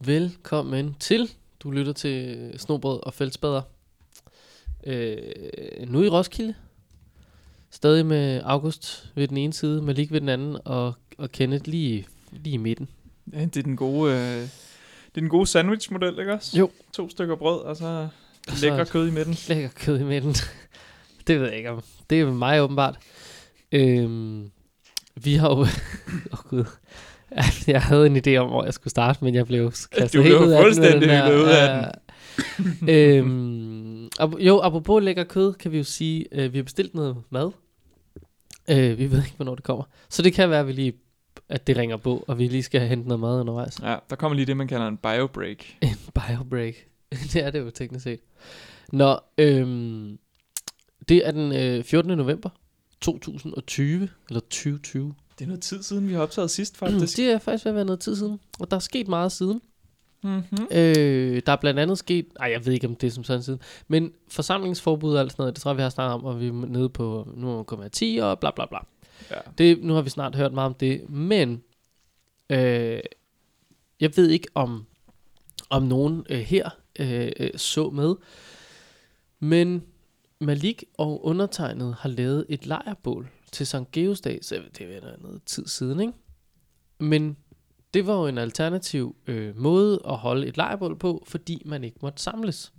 Velkommen til. Du lytter til Snobrød og Fældsbader. Øh, nu i Roskilde. Stadig med August ved den ene side, Malik ved den anden og, og Kenneth lige, lige i midten. Ja, det er den gode, øh, det er den gode sandwichmodel, ikke også? Jo. To stykker brød, og så Og så lækker et- kød i midten. Lækker kød i midten. det ved jeg ikke om. Det er mig åbenbart. Øhm, vi har jo... Åh oh, gud. Altså, Jeg havde en idé om, hvor jeg skulle starte, men jeg blev kastet Du helt blev ud af den. fuldstændig hævet ud af den. her, øh, øhm, ap- jo, apropos lækker kød, kan vi jo sige, øh, vi har bestilt noget mad. Øh, vi ved ikke, hvornår det kommer. Så det kan være, at, vi lige, at det ringer på, og vi lige skal hente noget mad undervejs. Ja, der kommer lige det, man kalder en biobreak. En biobreak. det er det jo teknisk set. Nå, øhm, det er den øh, 14. november 2020, eller 2020. Det er noget tid siden, vi har optaget sidst, faktisk. Det er faktisk ved at være noget tid siden, og der er sket meget siden. mm-hmm. Øh, der er blandt andet sket, nej jeg ved ikke om det er som sådan siden, men forsamlingsforbud og alt sådan noget, det tror jeg vi har snakket om, og vi er nede på, nu er vi kommet af 10 og bla bla bla. Ja. Det, nu har vi snart hørt meget om det, men øh, jeg ved ikke, om, om nogen øh, her øh, øh, så med, men Malik og undertegnet har lavet et lejrbål til Sankt Geosdag, så det er der noget tid siden, ikke? Men det var jo en alternativ øh, måde at holde et lejrbål på, fordi man ikke måtte samles.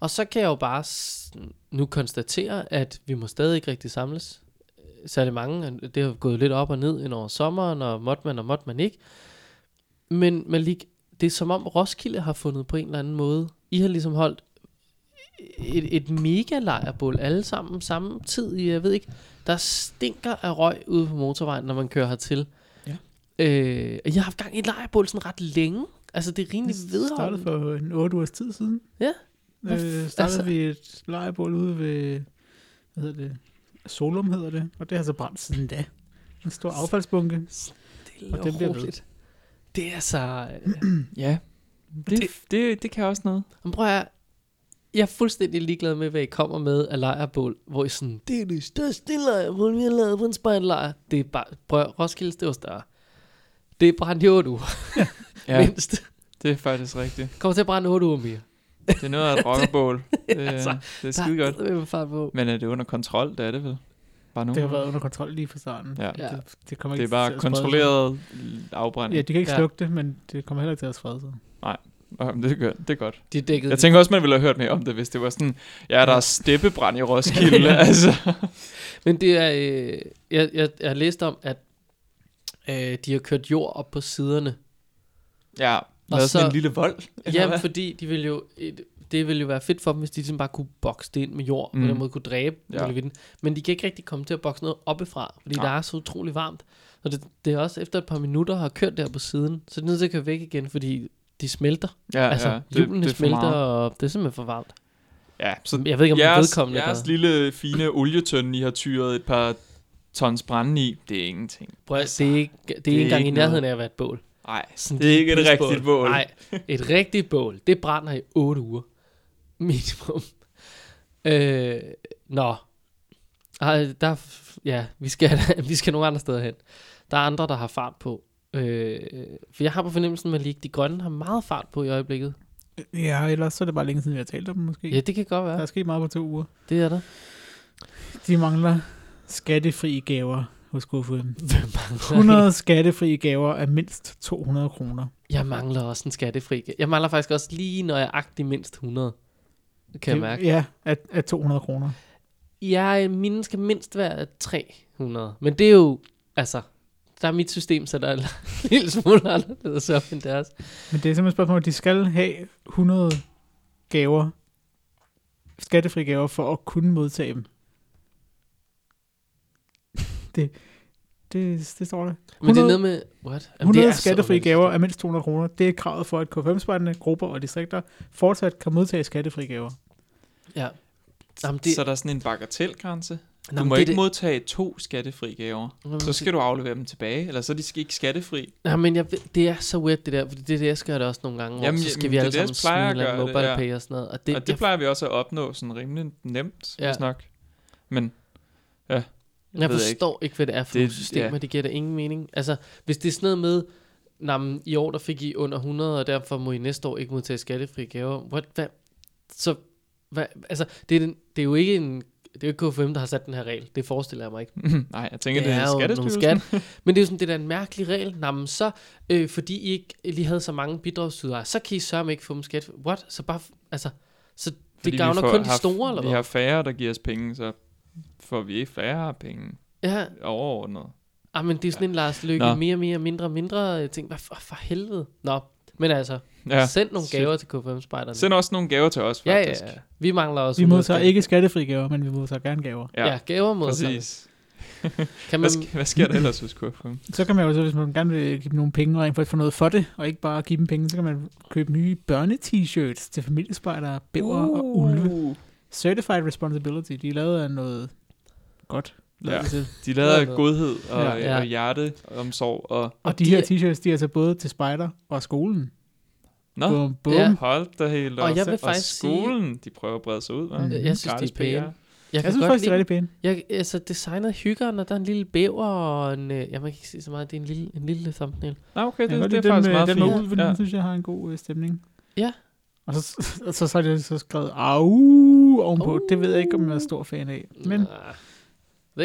Og så kan jeg jo bare s- nu konstatere, at vi må stadig ikke rigtig samles øh, særlig mange. og Det har gået lidt op og ned ind over sommeren, og måtte man og måtte man ikke. Men Malik, det er som om Roskilde har fundet på en eller anden måde. I har ligesom holdt et, et mega lejrbål alle sammen samme tid. Jeg ved ikke, der stinker af røg ude på motorvejen, når man kører hertil. Ja. Øh, og jeg har haft gang i et lejrbål sådan ret længe. Altså, det er rimelig Det vedholdende. startede for øh, en 8 ugers tid siden. Ja. Hvad f- Øh, startede altså- altså... vi et lejebål ude ved, hvad hedder det, Solum hedder det, og det har så brændt siden da. En stor affaldsbunke. Stille Og og den bliver ved. roligt. Det er så... Øh, Ja, det, det, det, det kan også noget. Men prøv at høre, jeg er fuldstændig ligeglad med, hvad I kommer med af lejrbål, hvor I sådan, det er det største lejrbål, vi har lavet på en spejllejr. Det er bare, prøv at høre, Roskilde, det var større. Det er brændt i otte uger, ja. Ja, mindst. det er faktisk rigtigt. Kommer til at brænde otte uger mere. Det er noget af et rockerbål. Det, altså, altså, det er skide godt. Det er fart på. Men er det under kontrol? Det er det vel? Bare nu. Det har været under kontrol lige fra starten. Ja. Ja. Det, det, kommer Det ikke er bare til at sprede sig. kontrolleret afbrænding. Ja, de kan ikke Ja. ja. slukke det, men det kommer heller ikke til at sprede sig. Ja. Det, er godt. det er godt. De er dækket. Jeg tænker også, man ville have hørt mere om det, hvis det var sådan, ja, der er steppebrand i Roskilde. Ja. altså. Men det er, øh, jeg, jeg, jeg har læst om, at øh, de har kørt jord op på siderne. Ja, lavet sådan så- en lille vold. eller Ja, hvad? fordi de vil jo, et, det ville jo være fedt for dem, hvis de ligesom bare kunne bokse det ind med jord, mm. Mm. på den måde kunne dræbe Ja. ja. den. Men de kan ikke rigtig komme til at bokse noget oppefra, fordi Nej. der er så utrolig varmt. Og det, det er også efter et par minutter har kørt der på siden, så er de nødt til at køre væk igen, fordi de smelter. ja, Ja, altså, ja, det- hjulene det er for smelter, meget. og det er simpelthen for varmt. Ja, Så så jeg ved ikke, om det er jeres, vedkommende. jeres der... lille fine olietønde, I har tyret et par tons brænde i, det er ingenting. Prøv, at- det er ikke, det er ikke er engang i ikke nærheden noget. af at være et bål. Nej, Sådan Det er ikke et lille rigtigt bål. Nej, et rigtigt bål, det brænder i 8 uger. Minimum. Øh, nå. Ej, der, er f- ja, vi skal, vi skal nogle andre steder hen. Der er andre, der har fart på. Øh, for jeg har på fornemmelsen, at Malik, de grønne har meget fart på i øjeblikket. Ja, ellers så er det bare længe siden, vi har talt om dem måske. Ja, det kan godt Der er være. sket meget på to uger. Det er der. De mangler skattefri gaver hos Gofuden. Hvem mangler 100 skattefri gaver af mindst 200 kroner. Jeg mangler også en skattefri. Jeg mangler faktisk også lige nøjagtigt mindst 100. Kan jeg Det- mærke. Ja, af, af 200 kroner. Jeg, øh, mine skal mindst være 300. Men det er jo, altså, der er mit system, så der er en lille smule anderledes op end deres. Men det er simpelthen et spørgsmål, de skal have 100 gaver, skattefri gaver, for at kunne modtage dem. Det, det, det står der. Men det er 100 noget med, what? 100 det er så skattefri underligt. gaver af mindst 200 kroner. Det er kravet for, at KFM-spejderne, grupper og distrikter fortsat kan modtage skattefri gaver. Ja. Jamen, det, det... så er der sådan en bagatelgrænse. Du jamen, må det, ikke modtage to skattefri gaver. Jamen, Så skal du aflevere dem tilbage, eller så er de skal ikke skattefri. Nej, men jeg ved, det er så weird det der, fordi det der skal jeg det også nogle gange, jamen, Jamen, så skal jamen, vi det er alle det, jeg sammen smide plejer en at eller anden gøre det, mobile ja. pay og sådan noget. Og det, Og det plejer vi også at opnå sådan rimelig nemt, Ja. ja. hvis nok. Men ja, Jeg, jeg ved ikke. forstår ikke. ikke, hvad det er for Det- nogle systemer, ja. det giver da ingen mening. Altså, hvis det er sådan noget med, "Nå, men i år der fik I under 100, og derfor må I næste år ikke modtage skattefri gaver. What, hvad? Så, hvad? Altså, det er, den, det er jo ikke en... Det er jo ikke KFM, der har sat den her regel. Det forestiller jeg mig ikke. Nej, jeg tænker, det, jo er nogle Skattestyrelsen. skat. Men det er jo sådan, det er da en mærkelig regel. Nå, men så, øh, fordi I ikke lige havde så mange bidragsydere, så kan I sørge ikke få dem skat. What? Så bare, f- altså, så det Fordi vi gavner får- kun de har- store, eller Vi hvad? har færre, der giver os penge, så får vi ikke færre penge Ja, overordnet. ah, men det er sådan en Lars Løkke, Nå. mere, mere, mindre, mindre øh, ting. Hvad for, for helvede? Nå, men altså, ja. Ja. send nogle shit. gaver til KFM-spejderne. Send også nogle gaver til os, ja, ja, faktisk. ja. Vi mangler også... Vi 100 modtager skatter. ikke skattefri gaver, men vi modtager gerne gaver. Ja, ja gaver modtager vi. præcis. Kan man, Hvad, sk- hvad sker der ellers hos KFM? Så kan man jo så, hvis man gerne vil give dem nogle penge, og rent faktisk få noget for det, og ikke bare give dem penge, så kan man købe nye børne-t-shirts til familiespejdere, bæver uh. og ulve. Certified Responsibility, de er lavet af noget godt. Ja. Ja. Til. De lader Hvad? godhed og, ja. Ja, og hjerteomsorg og... Og, og de, de her er- t-shirts, de er så både til spejder og skolen. Nå, Bum, bum. Ja. Ja. hold da helt Og op. jeg vil og faktisk sige- skolen, de prøver at brede sig ud, hva'? Mm. Jeg synes, Gratis de er pæne. PR. jeg kan Jeg synes godt faktisk, det er lide rigtig pænt. Jeg, altså, designet hygger, når der er en lille bæver og en... Øh, ja, man kan ikke se så meget, det er en lille, en lille thumbnail. Nå, okay, Jeg det, kan godt det, lide det er den faktisk med, meget den med fint. ulven, den synes jeg har en god øh, stemning. Ja. Og så, og så, så er det så skrevet, au, ovenpå. Uh. Det ved jeg ikke, om jeg er stor fan af. Men, Nah,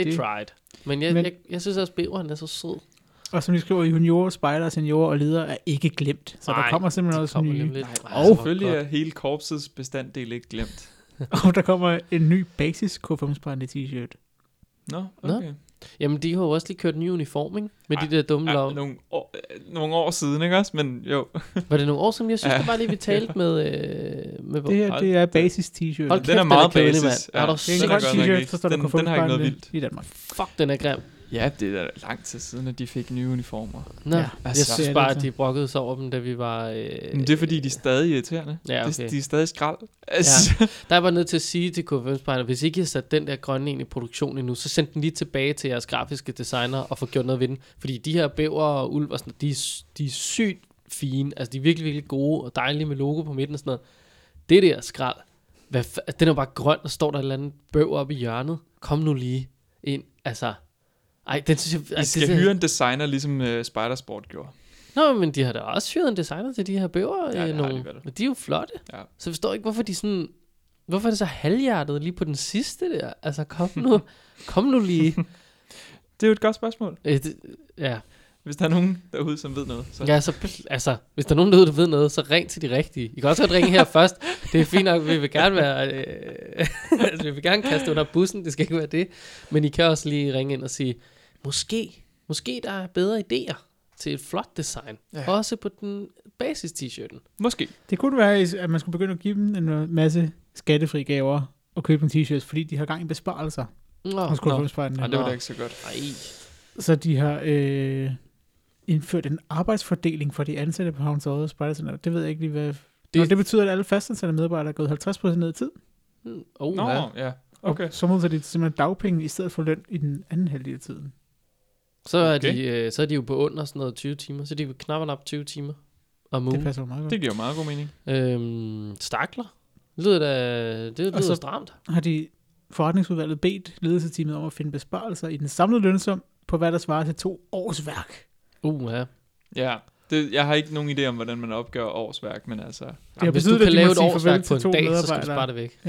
they det- tried. Men jeg, men- jeg, jeg, synes også, bæveren er så sød. og som de skriver, juniorer, spejder, seniorer og ledere er ikke glemt. Så Nej, der kommer simpelthen også kommer nemlig nye. lidt. Nej, altså, hvor selvfølgelig godt. er hele korpsets bestanddel ikke glemt. Og der kommer en ny basis k 5 t-shirt. Nå, Nå. okay. Jamen, de har jo også lige kørt en ny uniform, ikke? Med Ej, de der dumme Ja, lov. nogle, år, øh, nogle år siden, ikke også? Men jo, Var det nogle år siden? Jeg synes, Ja. det var lige, vi talte med... Øh, med Det her, Hold det er da. basis t-shirt. Hold den er kæft, den meget er kedelig, basis. mand. Er du det er den en er grøn godt godt nok t-shirt, ikke- så står der den, k den har ikke noget vildt. i Danmark. fuck, den er grim. Ja, det er da lang tid siden, at de fik nye uniformer. Nå, Ja, jeg altså. synes Det er bare, det, at de brokkede sig over dem, da vi var... Øh, Men det er fordi, de er stadig irriterende. Ja, okay. de, de er stadig skrald. Altså, ja. Der var nødt til at sige til KFM-spejlerne, hvis ikke I har sat den der grønne ind i produktion endnu, så send den lige tilbage til jeres grafiske designer og få gjort noget ved den. Fordi de her bæver og ulv og sådan de, er s- de er sygt fine. Altså, de er virkelig, virkelig gode og dejlige med logo på midten og sådan noget. Det der skrald, hvad fa- altså, den er jo bare grøn, og står der et eller andet bøv oppe i hjørnet. Kom nu lige ind. Altså, ej, den synes jeg... I ej, skal det, hyre en designer, ligesom uh, Spidersport gjorde. Nå, men de har da også hyret en designer til de her bøver. Ja, det Ja, har nogle, de vel. men de er jo flotte. Ja. Så jeg forstår ikke, hvorfor de sådan... Hvorfor er det så halvhjertet lige på den sidste der? Altså, kom nu, kom nu lige. Det er jo et godt spørgsmål. Øh, det, ja. Hvis der er nogen derude, som ved noget. Så. ja så, pl- altså, hvis der er nogen derude, der ved noget, så ring til de rigtige. I kan også godt ringe her først. Det er fint nok, vi vil gerne være... Øh, altså, vi vil gerne kaste under bussen, det skal ikke være det. Men I kan også lige ringe ind og sige, måske, måske der er bedre idéer til et flot design. Ja. Ja. Også på den basis-t-shirten. Måske. Det kunne være, at man skulle begynde at give dem en masse skattefri gaver og købe nogle t-shirts, fordi de har gang i besparelser Nå, hos nå. kulturspejlene. Nej, det var Nå. da ikke så godt. ej. Så de har øh, indført en arbejdsfordeling for de ansatte på Havns Odde Spejdercenter. Det ved jeg ikke lige, hvad... Det, Nå, det betyder, at alle fastansatte medarbejdere er gået 50% ned i tid, Mm, Oh, Nå, ja. ja. og Okay. så modtager de simpelthen dagpenge i stedet for løn i den anden halvdel af tiden. Så, er Okay. de, øh, så er de jo på under sådan noget 20 timer, så er de jo knap og nap 20 timer om Det ugen. passer jo meget godt. Det giver jo meget god mening. Øhm, stakler? Det lyder da, det lyder så, så- stramt. har de forretningsudvalget bedt ledelsesteamet om at finde besparelser i den samlede lønsum på hvad der svarer til to års værk. Uh, ja. Ja. Det, jeg har ikke nogen idé om, hvordan man opgør årsværk, men altså... har Jamen, hvis du betydet, kan at de lave må et sige farvel årsværk på til en to dag, så skal du medarbejdere. spare det væk.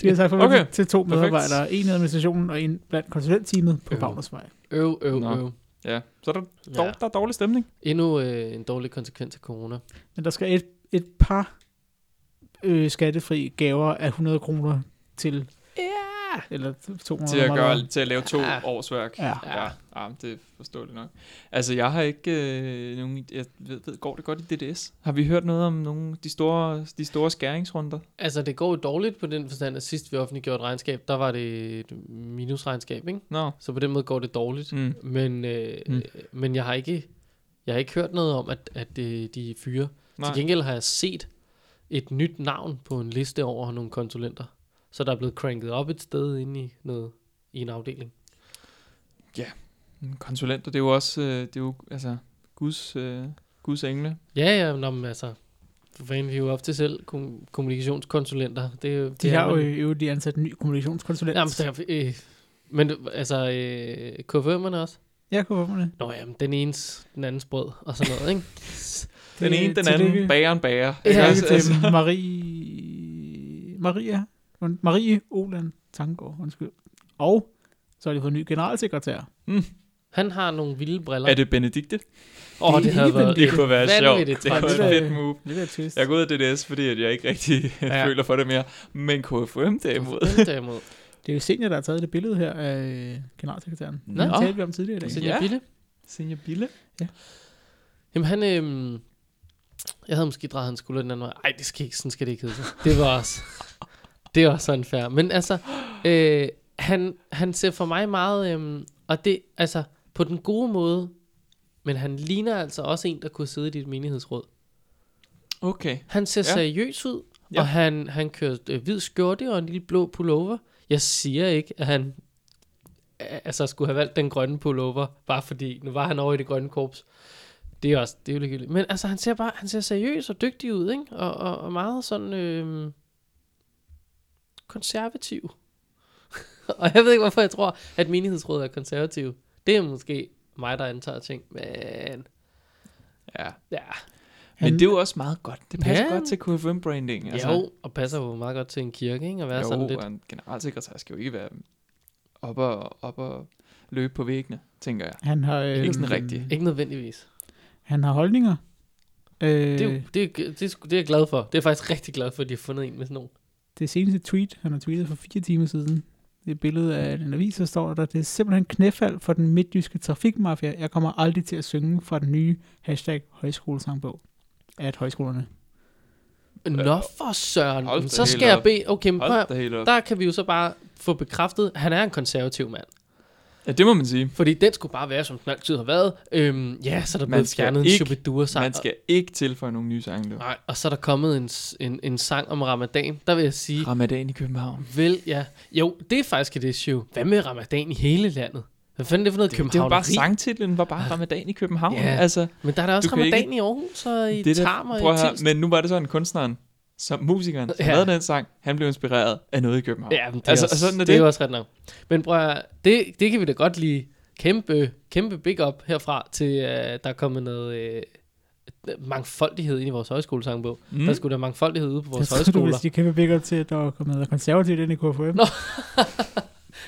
De har sagt farvel Okay. okay. til to Perfekt. medarbejdere, en i administrationen og en blandt konsulentteamet på Øh. øh. Bagnersvej. Øv, øv, Nå. øv. Ja, så er der, dog, Ja. der er dårlig stemning. Endnu øh, en dårlig konsekvens af corona. Men der skal et, et par øh, skattefri gaver af 100 kroner til, Ja! eller 200 Til at, meget gøre, meget. til at lave to Ja. årsværk. Ja. Ja, ja det er forståeligt nok. Altså, jeg har ikke øh, nogen... Jeg ved, ved, går det godt i DDS? Har vi hørt noget om nogle de store, de store skæringsrunder? Altså, det går jo dårligt på den forstand, at sidst vi offentliggjorde et regnskab, der var det et minusregnskab, ikke? Nå. Så på den måde går det dårligt. Mm. Men, øh, Mm. mm. men jeg har ikke jeg har ikke hørt noget om, at, at øh, de fyre. Nej. Til gengæld har jeg set et nyt navn på en liste over nogle konsulenter. Så der er blevet cranket op et sted inde i, noget, i en afdeling. Mm, Konsulenter, det er jo også... Øh, det er jo, altså, Guds, øh, Guds engle. Ja, ja, nå, men altså, for fanden, vi er jo ofte selv kom- kommunikationskonsulenter. Det, er jo- det De er har jo man- i øvrigt lige ansat en ny kommunikationskonsulent. Jamen, så, øh, men du- altså, øh, KFM'erne også? Jeg kunne få mig det. Nå ja, men den enes, den andens brød og sådan noget, ikke? Den Det- ene, den tillykke. anden, bageren bager. Ja, Ikke Ja, også? altså, til Marie... Maria... und- Marie Olan Tanggaard, undskyld. Og så har de fået en ny generalsekretær. Han har nogle vilde briller. er det Benedikte? Åh, Det det, er det havde ikke været Det kunne være sjovt. vanvittigt Det var træls. et fedt move. Det er twist. Jeg er gået af DDS, fordi at jeg ikke rigtig Ja. ja. føler for det mere. Men KFM derimod. derimod. Det er jo Senior, der har taget det billede her af generalsekretæren. Nå. Det talte vi om tidligere i dag. Så Ja. jeg ville. Senior Bille. Jamen han, øhm, jeg havde måske drejet hans skulder den anden vej. Ej, det skal ikke, sådan skal det ikke hedde. sig. Det var også, det var også unfair. Men altså, øh, han, han ser for mig meget, øhm, og det, altså, på den gode måde, men han ligner altså også en, der kunne sidde i dit menighedsråd. Okay. Han ser ja. Ja. seriøs ud, ja. Ja. og han, han kører øh, hvid skjorte og en lille blå pullover. Jeg siger ikke, at han øh, altså, skulle have valgt den grønne pullover, bare fordi nu var han over i det grønne korps. Det er også, det er jo ligegyldigt. Men altså, han ser bare, han ser seriøs og dygtig ud, ikke? Og, og, og meget sådan øh, konservativ. og jeg ved ikke, hvorfor jeg tror, at menighedsrådet er konservativ. Det er måske mig, der antager ting, men Ja. ja, Men Han- det er jo også meget godt. Det passer Ja. ja. godt til KFM-branding. altså, jo, og passer jo meget godt til en kirke, ikke? At være jo, sådan jo, lidt og en generalsekretær skal jo ikke være op og, op og løbe på væggene, tænker jeg. Han har, øh, Ikke sådan rigtig. Ikke nødvendigvis. Han har holdninger. Øh, Det, er det, jo- det, er- det, er sgu- det er jeg glad for. Det er jeg faktisk rigtig glad for, at de har fundet en med sådan nogen. det seneste tweet, han har tweetet for fire timer siden, det er et billede af en avis, der står der, det er simpelthen knæfald for den midtjyske trafikmafia. Jeg kommer aldrig til at synge fra den nye hashtag højskolesangbog at højskolerne. Nå for søren. Hold Jamen, da Så helt skal jeg op. bede... Okay, men prøv, Hold at- da helt op. der kan vi jo så bare få bekræftet, at han er en konservativ mand. Ja, det må man sige. Fordi den skulle bare være, som den altid har været. Øhm, ja, så er der Man blevet skal fjernet en ikke- Shubidua-sang. Man skal ikke tilføje nogle nye sange. Du. Nej, og så er der kommet en, s- en, en sang om ramadan. Der vil jeg sige, Ramadan i København. vel ja. Jo, det er faktisk et issue. Hvad med ramadan i hele landet? Hvad fanden er det for noget Det, det var bare københavneri? sangtitlen, var bare Ramadan i København. Ja. Altså, Men der er da også Du kan ramadan i Aarhus og i det der- Tarm og i prøv at høre, Tilst. men nu var det sådan kunstneren, som musikeren, som Ja. ja. lavede den sang, han blev inspireret af noget i København. Ja, men det, altså, er også, sådan er det. er det. jo også ret nok. Men prøv at, høre, det, det kan vi da godt lide. Kæmpe, kæmpe big up herfra til, uh, der er kommet noget øh, mangfoldighed ind i vores højskolesangbog. Mm. Der Mm. skulle der mangfoldighed ude på vores jeg tror, højskoler. hvis de kæmpe big up til, at der kommer noget konservativt ind i KFM. Nå.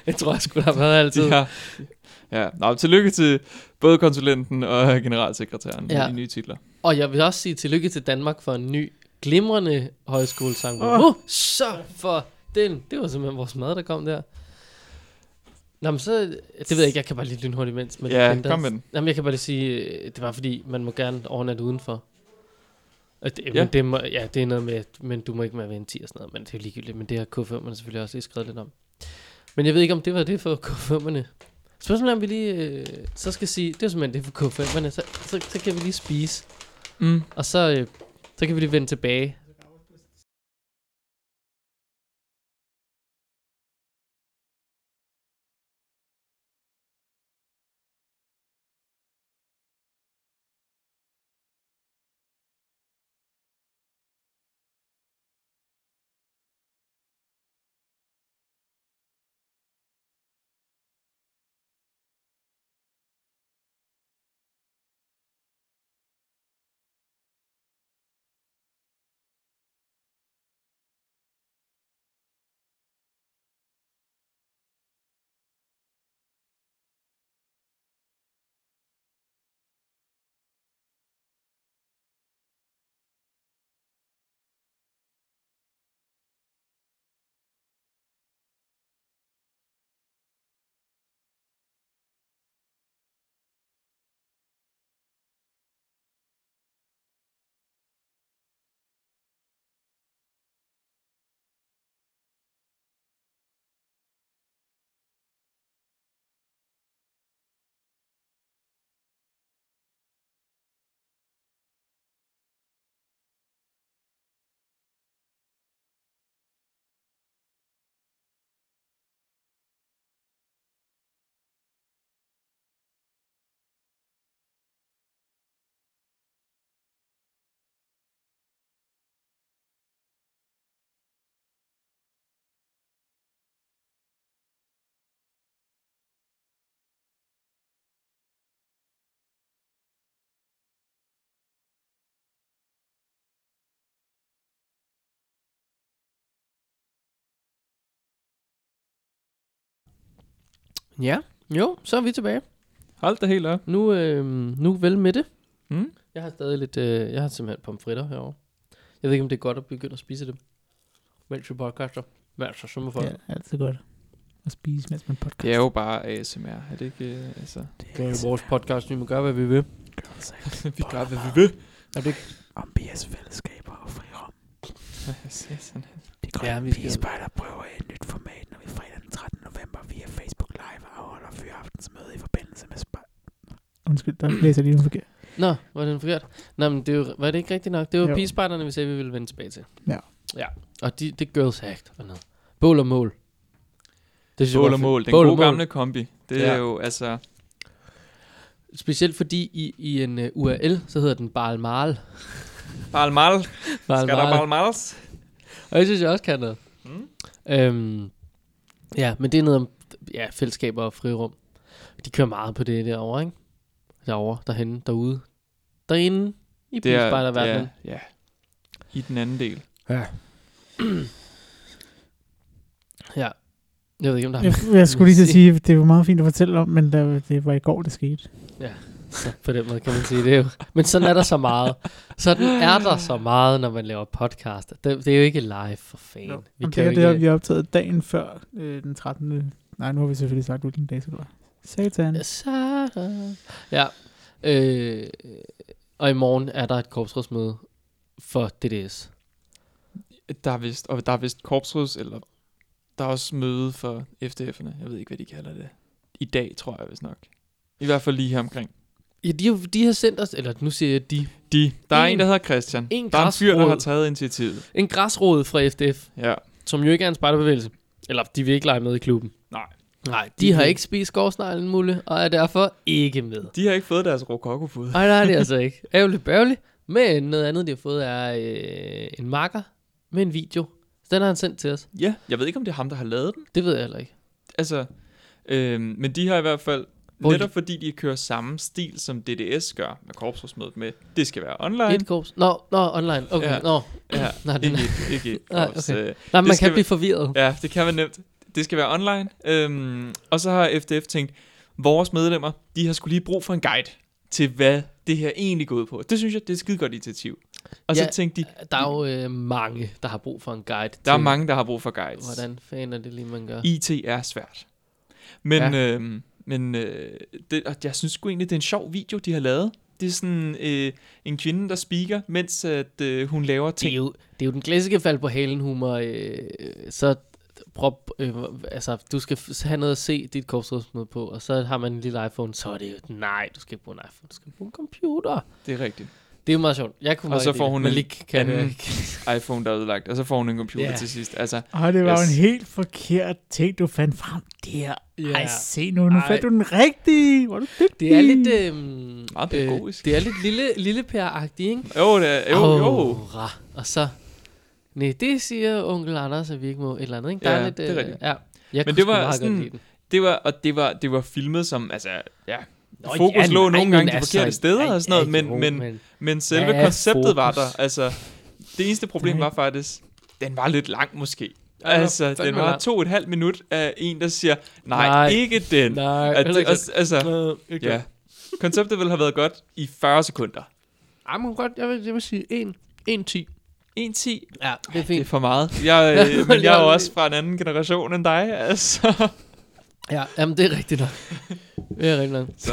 Jeg tror, jeg skulle have været altid. De Ja. har, ja, Nå, tillykke til både konsulenten og generalsekretæren Ja. ja. med de nye titler. Og jeg vil også sige tillykke til Danmark for en ny, glimrende højskolesangbog. Åh. Oh. Uh, så for den. Det var simpelthen vores mad, der kom der. Nå, men så, det ved jeg ikke, jeg kan bare lige lynhurtigt imens. Men Ja, kom med den. Jamen, jeg kan bare lige sige, øh, det var fordi, man må gerne overnatte udenfor. Og det, ja. Ja. Men det, må, ja, det er noget med, at- men du må ikke være ved en 10 og sådan noget, men det er jo ligegyldigt, men det har K5'erne selvfølgelig også lige skrevet lidt om. Men jeg ved ikke, om det var det for K5'erne. Spørgsmålet er, om vi lige øh, så skal sige, det er simpelthen det for K5'erne, så, så, så kan vi lige spise, Mm. og så, øh, så kan vi lige vende tilbage. Ja, jo, så er vi tilbage. Hold da helt op. Nu, øh, nu er vel med det. Mm? Jeg har stadig lidt, øh, jeg har simpelthen pomfritter herovre. Jeg ved ikke, om det er godt at begynde at spise dem, mens vi podcaster. Vær så som for. Ja, altid godt at spise, mens man podcast. Det er jo bare ASMR, er det ikke? øh, Altså, Det er jo vores podcast, vi må gøre, hvad vi vil. vi gør, hvad vi vil. Er det ikke? Om BS fællesskaber og frirum. Sådan. Det grønne Ja, ja, vi skal- pigespejler prøver et nyt format, når vi fredag den 13. november via Facebook Live afholder fyraftensmøde i forbindelse med spejl. Undskyld, der læser jeg lige nu forkert. Nå, var det forkert? Nå, men det er jo, var det ikke rigtigt nok? Det var Jo. pigespejderne, vi sagde, vi ville vende tilbage til. Ja. Ja, og de, det er girls act og noget. Bål og mål. Det synes jeg Bål var og fedt. mål, den Bål og gode mål. gamle kombi. Det er Ja. jo, altså, Specielt fordi i, i en uh, URL, så hedder den Balmal. balmal. Skal der Balmal. balmals? Og jeg synes, jeg også kan noget. Mm. Øhm, ja, men det er noget om ja, fællesskaber og frirum. De kører meget på det derovre, ikke? Derovre, derhenne, derude. Derinde i Det er, bilspejderverdenen. ja, ja. I den anden del. Ja. Jeg ved ikke, om der Jeg, har jeg skulle lige til at sige, at det var meget fint at fortælle om, men der, det var i går, det skete. så på den måde, kan man sige det er jo. Men sådan er der så meget. Sådan er der så meget, når man laver podcast. Det, det er jo ikke live for fan. No. Vi kan Vi det, jo her, det har ikke... vi optaget dagen før øh, den 13. Nej, nu har vi selvfølgelig sagt, hvilken dag det var. Satan. Ja, Sådan. Ja. Øh, og i morgen er der et korpsrådsmøde for DDS. Der er vist, og der er vist korpsråds, eller der er også møde for FDF'erne. Jeg ved ikke, hvad de kalder det. I dag, tror jeg vist nok. I hvert fald lige her omkring. Ja, de, har- de har sendt os, eller nu siger jeg de, De, der er en, En- der hedder Christian. en der er en fyr, der græsrod. har taget initiativet. en græsråd fra FDF, Ja. som jo ikke er en spejderbevægelse. Eller de vil ikke lege med i klubben. Nej. Nej, de, de har ikke spist skovsneglen, Mulle, og er derfor ikke med. De har ikke fået deres rokokofod. Nej, nej, det er altså ikke. Ærgerligt bærgerligt. Men noget andet, de har fået, er øh, en marker med en video. Så den har han sendt til os. Ja, jeg ved ikke, om det er ham, der har lavet den. Det ved jeg heller ikke. Altså, øhm, men de har i hvert fald, Hvor Hvor de- netop fordi de kører samme stil, som DDS gør med korpsrådsmødet med, det skal være online. Et korps. Nå, nå, online. Okay, Ja. ja. nå. ja, Nej, den, ikke et, ikke et Nej, korps. okay. øh, nej man skal kan vi- blive forvirret. Ja, det kan man nemt. Det skal være online. Øhm, og så har FDF tænkt, vores medlemmer, de har skulle lige brug for en guide til, hvad det her egentlig går ud på. Det synes jeg, det er et skide godt initiativ. Og ja, Ja, så tænkte de, Der er jo øh, mange, der har brug for en guide. der er til, mange, der har brug for guides. Hvordan fanden er det lige, man gør? IT er svært. Men, Ja. ja. øhm, men øh, det, og jeg synes sgu egentlig, det er en sjov video, de har lavet. Det er sådan øh, en kvinde, der speaker, mens at, øh, hun laver Det er, ting. jo, det er jo den klassiske fald på halen humor. Øh, så prop, øh, altså, du skal f- have noget at se dit korpsrådsmøde på, og så har man en lille iPhone, så er det jo, nej, du skal ikke bruge en iPhone, du skal bruge en computer. Det er rigtigt. Det er jo meget sjovt. Jeg kunne Og meget så lide får det, hun men en lige kan jeg anden- ikke. iPhone, der er ødelagt, og så får hun en computer Ja. yeah. til sidst. Altså, Og det var Yes. yes. en helt forkert ting, du fandt frem der. Ja. Yeah. Ej, se nu, nu Ej. fandt du den rigtige. Hvor er du dygtig. Det er lidt... Øhm, Meget pædagogisk. det er lidt lille, lille pæragtigt, ikke? jo, det er, jo, oh. jo. Aura. Og så... Nej, det siger onkel Anders, at vi ikke må et eller andet, ikke? Der Ja, er lidt, øh, det er rigtigt. Ja. Jeg Men kunne det sgu var meget sådan- godt lide den. Det var, og det var, det var filmet som, altså, ja, Nå, fokus ja, lå nej, men nogle gange de altså, forkerte steder ja, og sådan noget, ja, men- jo, men- men selve Ja, konceptet fokus. var fokus. der. Altså, det eneste problem Nej. var faktisk, den var lidt lang måske. var Altså, den fandme var lang. to og et halvt minut af en, der siger, Nej. nej, nej. ikke den. Nej. Nej, At, heller det, ikke altså, altså, ikke ja. Konceptet ville have været godt i 40 sekunder. Ej, men godt, jeg vil, jeg vil sige 1, 1, 10. 1.10, Ja, det er det er fint. for meget. Jeg, øh, men jeg er jo Alligevel. også fra en anden generation end dig, altså. Ja, jamen, det er rigtigt nok. Det er rigtigt nok. Så,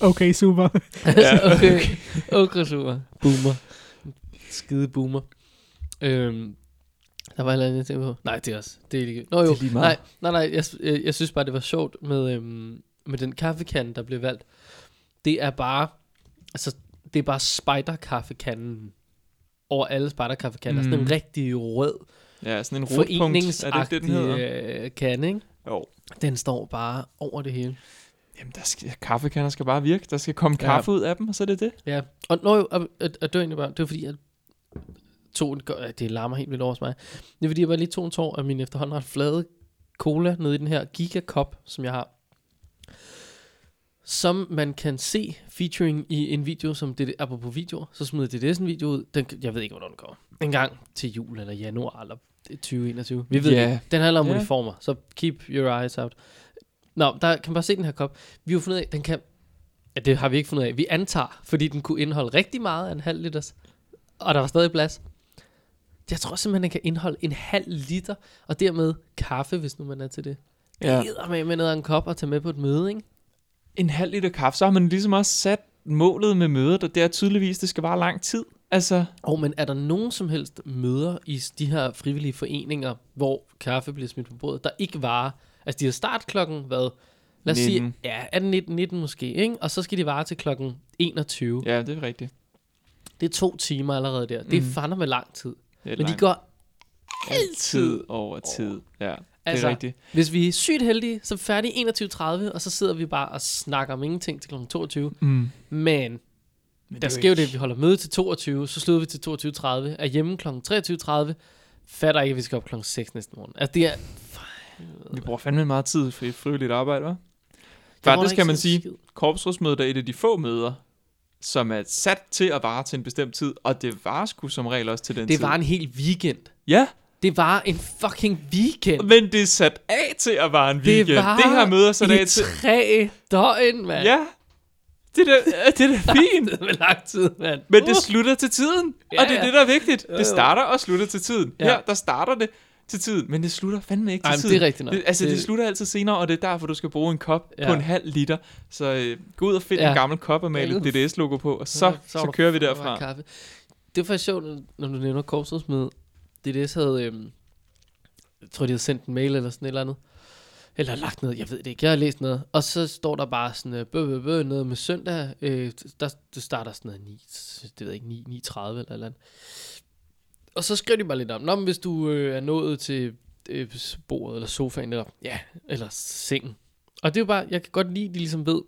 Okay, super. Ja. Altså, okay. Okay, super. Boomer. Skide boomer. Øhm, der var heller andet, jeg tænkte på. Nej, det er også. Det er lige, Nå, jo. Det er lige meget. Nej, nej, nej jeg, jeg, jeg, synes bare, det var sjovt med, øhm, med den kaffekande, der blev valgt. Det er bare, altså, det er bare spider-kaffekanden over alle spider-kaffekander. Mm. Sådan Mm. en rigtig rød, ja, sådan en rotpunkt. Er det ikke det, foreningsagtig den hedder? øh, kande, ikke? Jo. Den står bare over det hele. Jamen, der skal, kaffekander skal bare virke. Der skal komme Ja. kaffe ud af dem, og så er det det. Ja, og når jo, og, og, og det var egentlig bare, det var fordi, jeg tog en, gø- det larmer helt vildt over hos mig. Det er fordi, jeg bare lige tog en tår af min efterhånden ret flade cola nede i den her gigakop, som jeg har. Som man kan se featuring i en video, som det, apropos videoer, så smider DDS en video ud. Den, jeg ved ikke, hvornår den kommer. En gang til jul eller januar eller 2021. Vi ved Ja. yeah. ikke. Den handler om Ja. uniformer, så keep your eyes out. Nå, der kan man bare se den her kop. Vi har jo fundet ud af, den kan... Ja, det har vi ikke fundet ud af. Vi antager, fordi den kunne indeholde rigtig meget af en halv liters. Og der var stadig plads. Jeg tror simpelthen, den kan indeholde en halv liter, og dermed kaffe, hvis nu man er til det. Ja. Ja. med med ned af en kop og tage med på et møde, ikke? En halv liter kaffe, så har man ligesom også sat målet med mødet, og det er tydeligvis, det skal vare lang tid. Altså, Og men er der nogen som helst møder i s- de her frivillige foreninger, hvor kaffe bliver smidt på bordet, der ikke varer? Altså, de har startklokken, hvad? Lad os 19. sige, ja, 18, 19 måske, ikke? Og så skal de vare til klokken 21. Ja. ja, det er rigtigt. Det er to timer allerede der. Det er Mhm. fandme lang tid. Det er Men de langt. går altid over tid. Ja, det altså, Altså, er rigtigt. Hvis vi er sygt heldige, så er vi færdige 21.30, og så sidder vi bare og snakker om ingenting til kl. 22. Mm. Men Men der sker jo det, at vi holder møde til 22, så slutter vi til 22.30, er hjemme kl. 23.30, fatter ikke, at vi skal op kl. 6 næste morgen. Altså det er... Vi bruger fandme meget tid for frivilligt arbejde, hva'? Jeg må da Faktisk ikke kan man se en sige, skid. korpsrådsmødet er et af de få møder, som er sat til at vare til en bestemt tid, og det varer sgu som regel også til den Det tid. var en hel weekend. Ja, Det var en fucking weekend. men det er sat af til at vare en weekend. Det, varer det her møder sat I af til... tre døgn, mand. Ja, det er da, det er da fint. Det er lang tid, mand. Men det slutter til tiden, Uh. Ja, og det er ja. det, der er vigtigt. jo. Det starter og slutter til tiden. Ja. Ja. Her, der starter det til tiden, men det slutter fandme ikke til Ej, men tiden. det er rigtigt nok. Det, altså, det... Det- det slutter altid senere, og det er derfor, du skal bruge en kop Ja. ja. på en halv liter. Så øh, gå ud og find Ja. ja. en gammel kop og mal et Ja. DDS-logo på, og så, så, var så der kører vi fandme meget derfra. Kaffe. Det er faktisk sjovt, når du nævner korpsrådsmøde. DDS havde, øhm, jeg tror, de havde sendt en mail eller sådan et eller andet. Eller lagt noget, jeg ved det ikke, jeg har læst noget. Og så står der bare sådan, øh, bøh, bøh, bøh, noget med søndag. Øh, der, det starter sådan noget 9, det ved jeg ikke, 9, 9.30 eller et eller andet. Og så skriver de bare lidt om, Nå, men hvis du øh, er nået til øh, bordet eller sofaen eller, ja, eller sengen. Og det er jo bare, jeg kan godt lide, at de ligesom ved,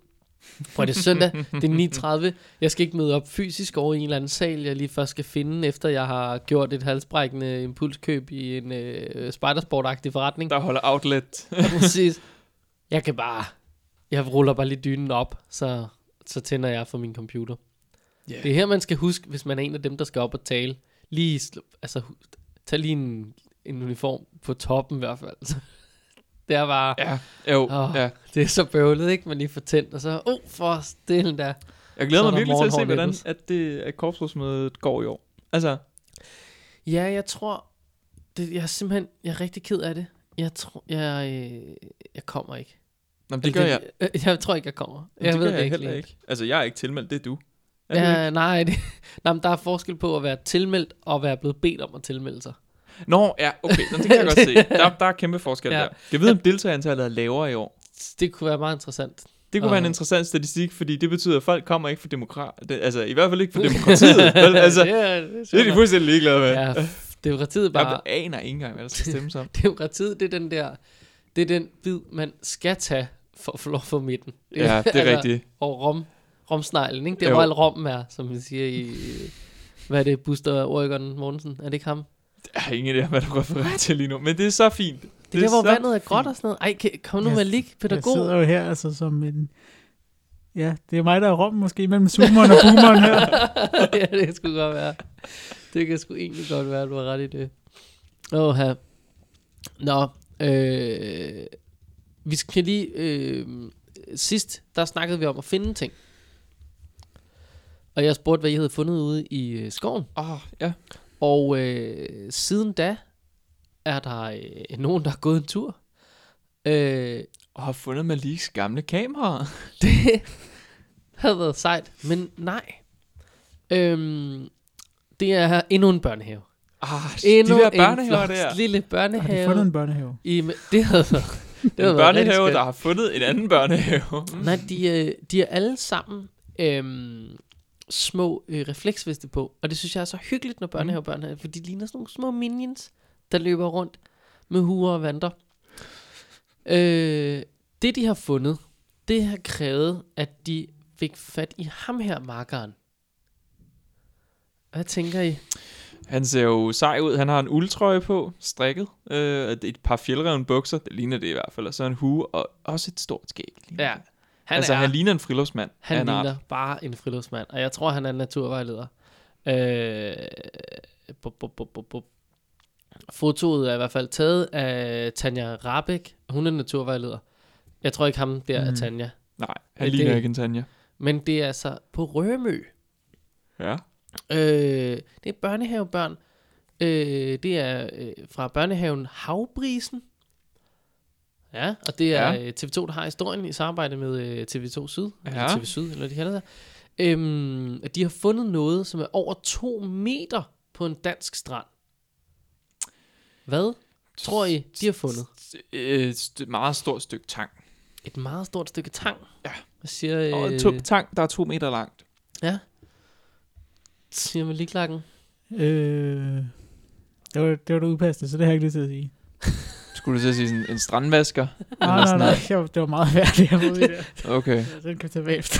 for det er søndag, det er 9.30, jeg skal ikke møde op fysisk over i en eller anden sal, jeg lige først skal finde, efter jeg har gjort et halsbrækkende impulskøb i en øh, spidersport-agtig forretning. Der holder outlet. Ja, Præcis. Jeg kan bare, jeg ruller bare lige dynen op, så, så tænder jeg for min computer. Yeah. Det er her, man skal huske, hvis man er en af dem, der skal op og tale. Lige, sl- altså, hu- tag lige en, en uniform på toppen i hvert fald. Det er bare, Ja, jo, Åh. oh. ja. det er så bøvlet, ikke? Man lige får tændt, og så, oh, for stillen der. Jeg Så er glæder mig der virkelig til at se, morgenhår hvordan nipples. at, det, at korpsrådsmødet går i år. Altså, Ja, jeg tror, det, jeg er simpelthen, jeg er rigtig ked af det. Jeg tror, jeg, øh, jeg kommer ikke. nå, men det gør jeg. jeg. Jeg tror ikke, jeg kommer. Jamen, jeg det ved gør det jeg ikke heller lige. ikke. Altså, jeg er ikke tilmeldt, det er du. Er du Ja, nej, det, nej, men der er forskel på at være tilmeldt og at være blevet bedt om at tilmelde sig. Nå, ja, okay, Nå, det kan jeg godt se. Der, der er kæmpe forskel Ja. ja. der. Jeg ved, om deltagerantallet er lavere i år. Det kunne være meget interessant. Det kunne være en Og- interessant statistik, fordi det betyder, at folk kommer ikke for demokrat... Altså, i hvert fald ikke for demokratiet. vel? Altså, det er, det er, det er de sjovt nok. fuldstændig ligeglade med. Ja, Ja, f- demokratiet bare... jeg aner ikke engang, hvad der skal stemmes om. Demokratiet, det er den der... Det er den bid, man skal tage for at få lov for midten. Ja, det er Eller- rigtigt. Og rom, romsneglen, ikke? Det er, Jo. hvor al rommen er, som man siger i... i- Hvad er det, Buster Oregon Mortensen? Er det ikke ham? Det Jeg har ingen idé om, hvad du refererer til lige nu, men det er så fint. Det, er, der, hvor så vandet er gråt og sådan noget. Ej, kan- kom nu, Jeg- Malik, Jeg pædagog. sidder jo her altså som en... Ja, det er mig, der er rum måske mellem zoomeren og boomeren her. ja, det skulle godt være. Det kan sgu egentlig godt være, du har ret i det. Åh, her. Nå, øh, vi skal lige... Øh, sidst, der snakkede vi om at finde ting. Og jeg spurgte, hvad I havde fundet ude i øh, skoven. Åh, oh, ja. Og øh, siden da er der øh, nogen, der har gået en tur. Øh, Og har fundet Maliks gamle kamera. det havde været sejt, men nej. Øhm, det er endnu en børnehave. Ah, Endnu de der en børnehaver flot der. lille Har børnehave. de fundet en børnehave? I, men det havde været... Det havde en været rigtig børnehave, skønt. der har fundet en anden børnehave. Nej, de, øh, de er alle sammen øhm, små øh, refleksveste på, og det synes jeg er så hyggeligt, når Mm. børnehavebørn har, for de ligner sådan nogle små minions, der løber rundt med huer og vanter. Øh, det, de har fundet, det har krævet, at de fik fat i ham her, markeren. Hvad tænker I? Han ser jo sej ud. Han har en uldtrøje på, strikket. Øh, og et par fjeldrevne bukser, det ligner det i hvert fald. Og så en hue, og også et stort skæg. ligner Ja, det. han altså, er, han ligner en friluftsmand. han af en art. ligner bare en friluftsmand, og jeg tror, han er naturvejleder. Øh, bup, bup, bup, bup, bup. Fotoet er i hvert fald taget af Tanja Rabeck. Hun er naturvejleder. Jeg tror ikke ham der er Mm. Tanja. Nej, Ja, han det- ligner ikke en Tanja. Men det er altså på Rømø. Ja. Øh, det er børnehavebørn. Øh, det er øh, fra børnehaven Havbrisen. Ja, og det er øh, Ja. ja. TV2, der har historien i samarbejde med øh, TV2 Syd. Ja. Ja. TV Syd, eller hvad de kalder det. Øhm, at de har fundet noget, som er over to meter på en dansk strand. Hvad tror I, de har fundet? Et øh, meget stort stykke tang. Et meget stort stykke tang. Ja. Hvad siger, Og øh, et tung tang, der er to meter langt. siger man lige klakken? Øh, det var, det var da upassende, så det har jeg ikke lyst til at sige. Skulle du så sige sådan en strandvasker? Nej, nej, nej, jeg var- det var meget værd, det her ude i der. Okay. Så Den kan vi tage bagefter.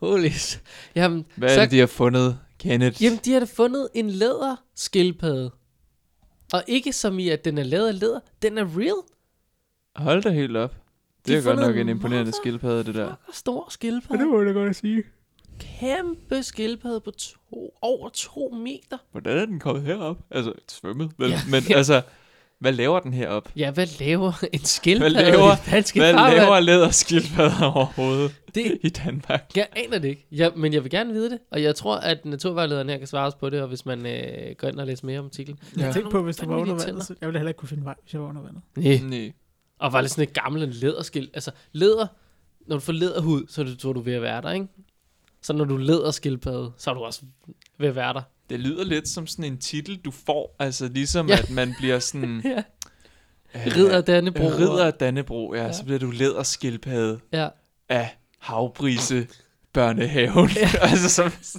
Holy s- Jamen, Hvad Så- er det, de har fundet, Kenneth? Jamen, de har da fundet en læderskildpadde. Og ikke som i, at den er lavet af læder. Den er real. Hold da helt op. De Det har er godt fundet nok en en imponerende mother- skildpadde, det der. Fuck, stor Ja, skildpadde. det må jeg da godt sige. Kæmpe skildpadde på to, over to meter. Hvordan er den kommet herop? Altså, svømmet, vel? Ja. Ja. Men altså, hvad laver den herop? Ja, hvad laver en skildpadde laver- i danske Hvad farvand? laver læderskildpadder overhovedet Det, i Danmark? jeg aner det ikke, ja, men jeg vil gerne vide det. Og jeg tror, at naturvejlederen her kan svare os på det, og hvis man øh, går ind og læser mere om artiklen. Jeg Ja. tænkte på, hvis du var under Vanvittige tænder. vandet, så jeg ville heller ikke kunne finde vej, hvis jeg var under vandet. Næh. Nej. Og var lidt sådan et gammelt læderskilt. Altså, læder, når du får læderhud, så er det, så er du ved at være der, ikke? Så når du læder skildpadde, så er du også ved at være der. Det lyder lidt som sådan en titel, du får. Altså, ligesom Ja. ja. at man bliver sådan... Ja. øh, Ridder Danne øh, Ridder af Dannebro, ja, Ja. ja. Så bliver du læderskildpadde Ja. af havbrise børnehaven. Ja. altså, så,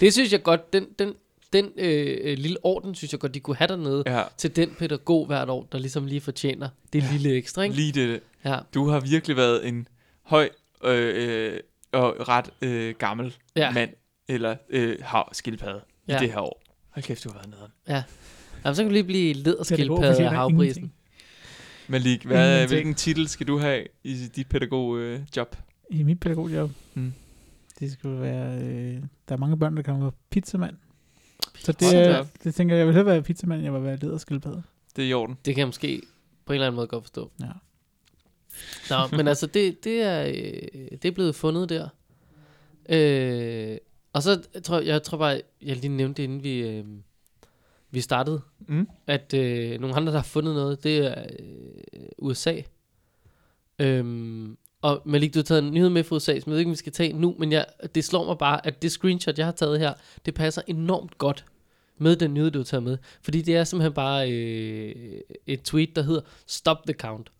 Det synes jeg godt, den, den, den øh, øh, lille orden, synes jeg godt, de kunne have dernede. Ja. ja, Til den pædagog hvert år, der ligesom lige fortjener det ja. Ja. lille ekstra, ikke? lige det. Ja. Du har virkelig været en høj øh, øh, og ret øh, gammel Ja. ja. mand, eller øh, hav, skildpadde, ja. Ja. i det her år. Hold kæft, du har været nederen. Jamen, så kan du lige blive Pædagog læderskildpadde fortjener af havprisen. ingenting. Malik, hvad, Mm, Ingenting. hvilken titel skal du have i dit pædagogjob? Øh, job? I mit pædagogjob, Mm. det skulle være... Øh, der er mange børn, der kommer på pizzamand. Så det, Hold da er, det tænker jeg, jeg ville hellere være pizzamand, end jeg vil være lederskildpadde. det er i orden. Det kan jeg måske på en eller anden måde godt forstå. Ja. Nå, men altså, det, det, er, øh, det er blevet fundet der. Øh, og så tror jeg, jeg tror bare, jeg lige nævnte det, inden vi, øh, vi startede, Mm? at øh, nogle andre, der har fundet noget, det er øh, USA. Øhm, og Malik, du har taget en nyhed med fra USA, som jeg ved ikke, om vi skal tage nu, men jeg, det slår mig bare, at det screenshot, jeg har taget her, det passer enormt godt med den nyhed, du har taget med. Fordi det er simpelthen bare øh, et tweet, der hedder Stop the count.